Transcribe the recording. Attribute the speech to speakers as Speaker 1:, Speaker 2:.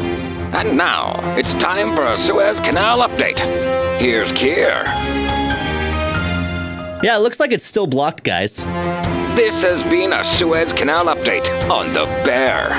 Speaker 1: And now, it's time for a Suez Canal update. Here's Kier.
Speaker 2: Yeah, it looks like it's still blocked, guys.
Speaker 1: This has been a Suez Canal update on The Bear.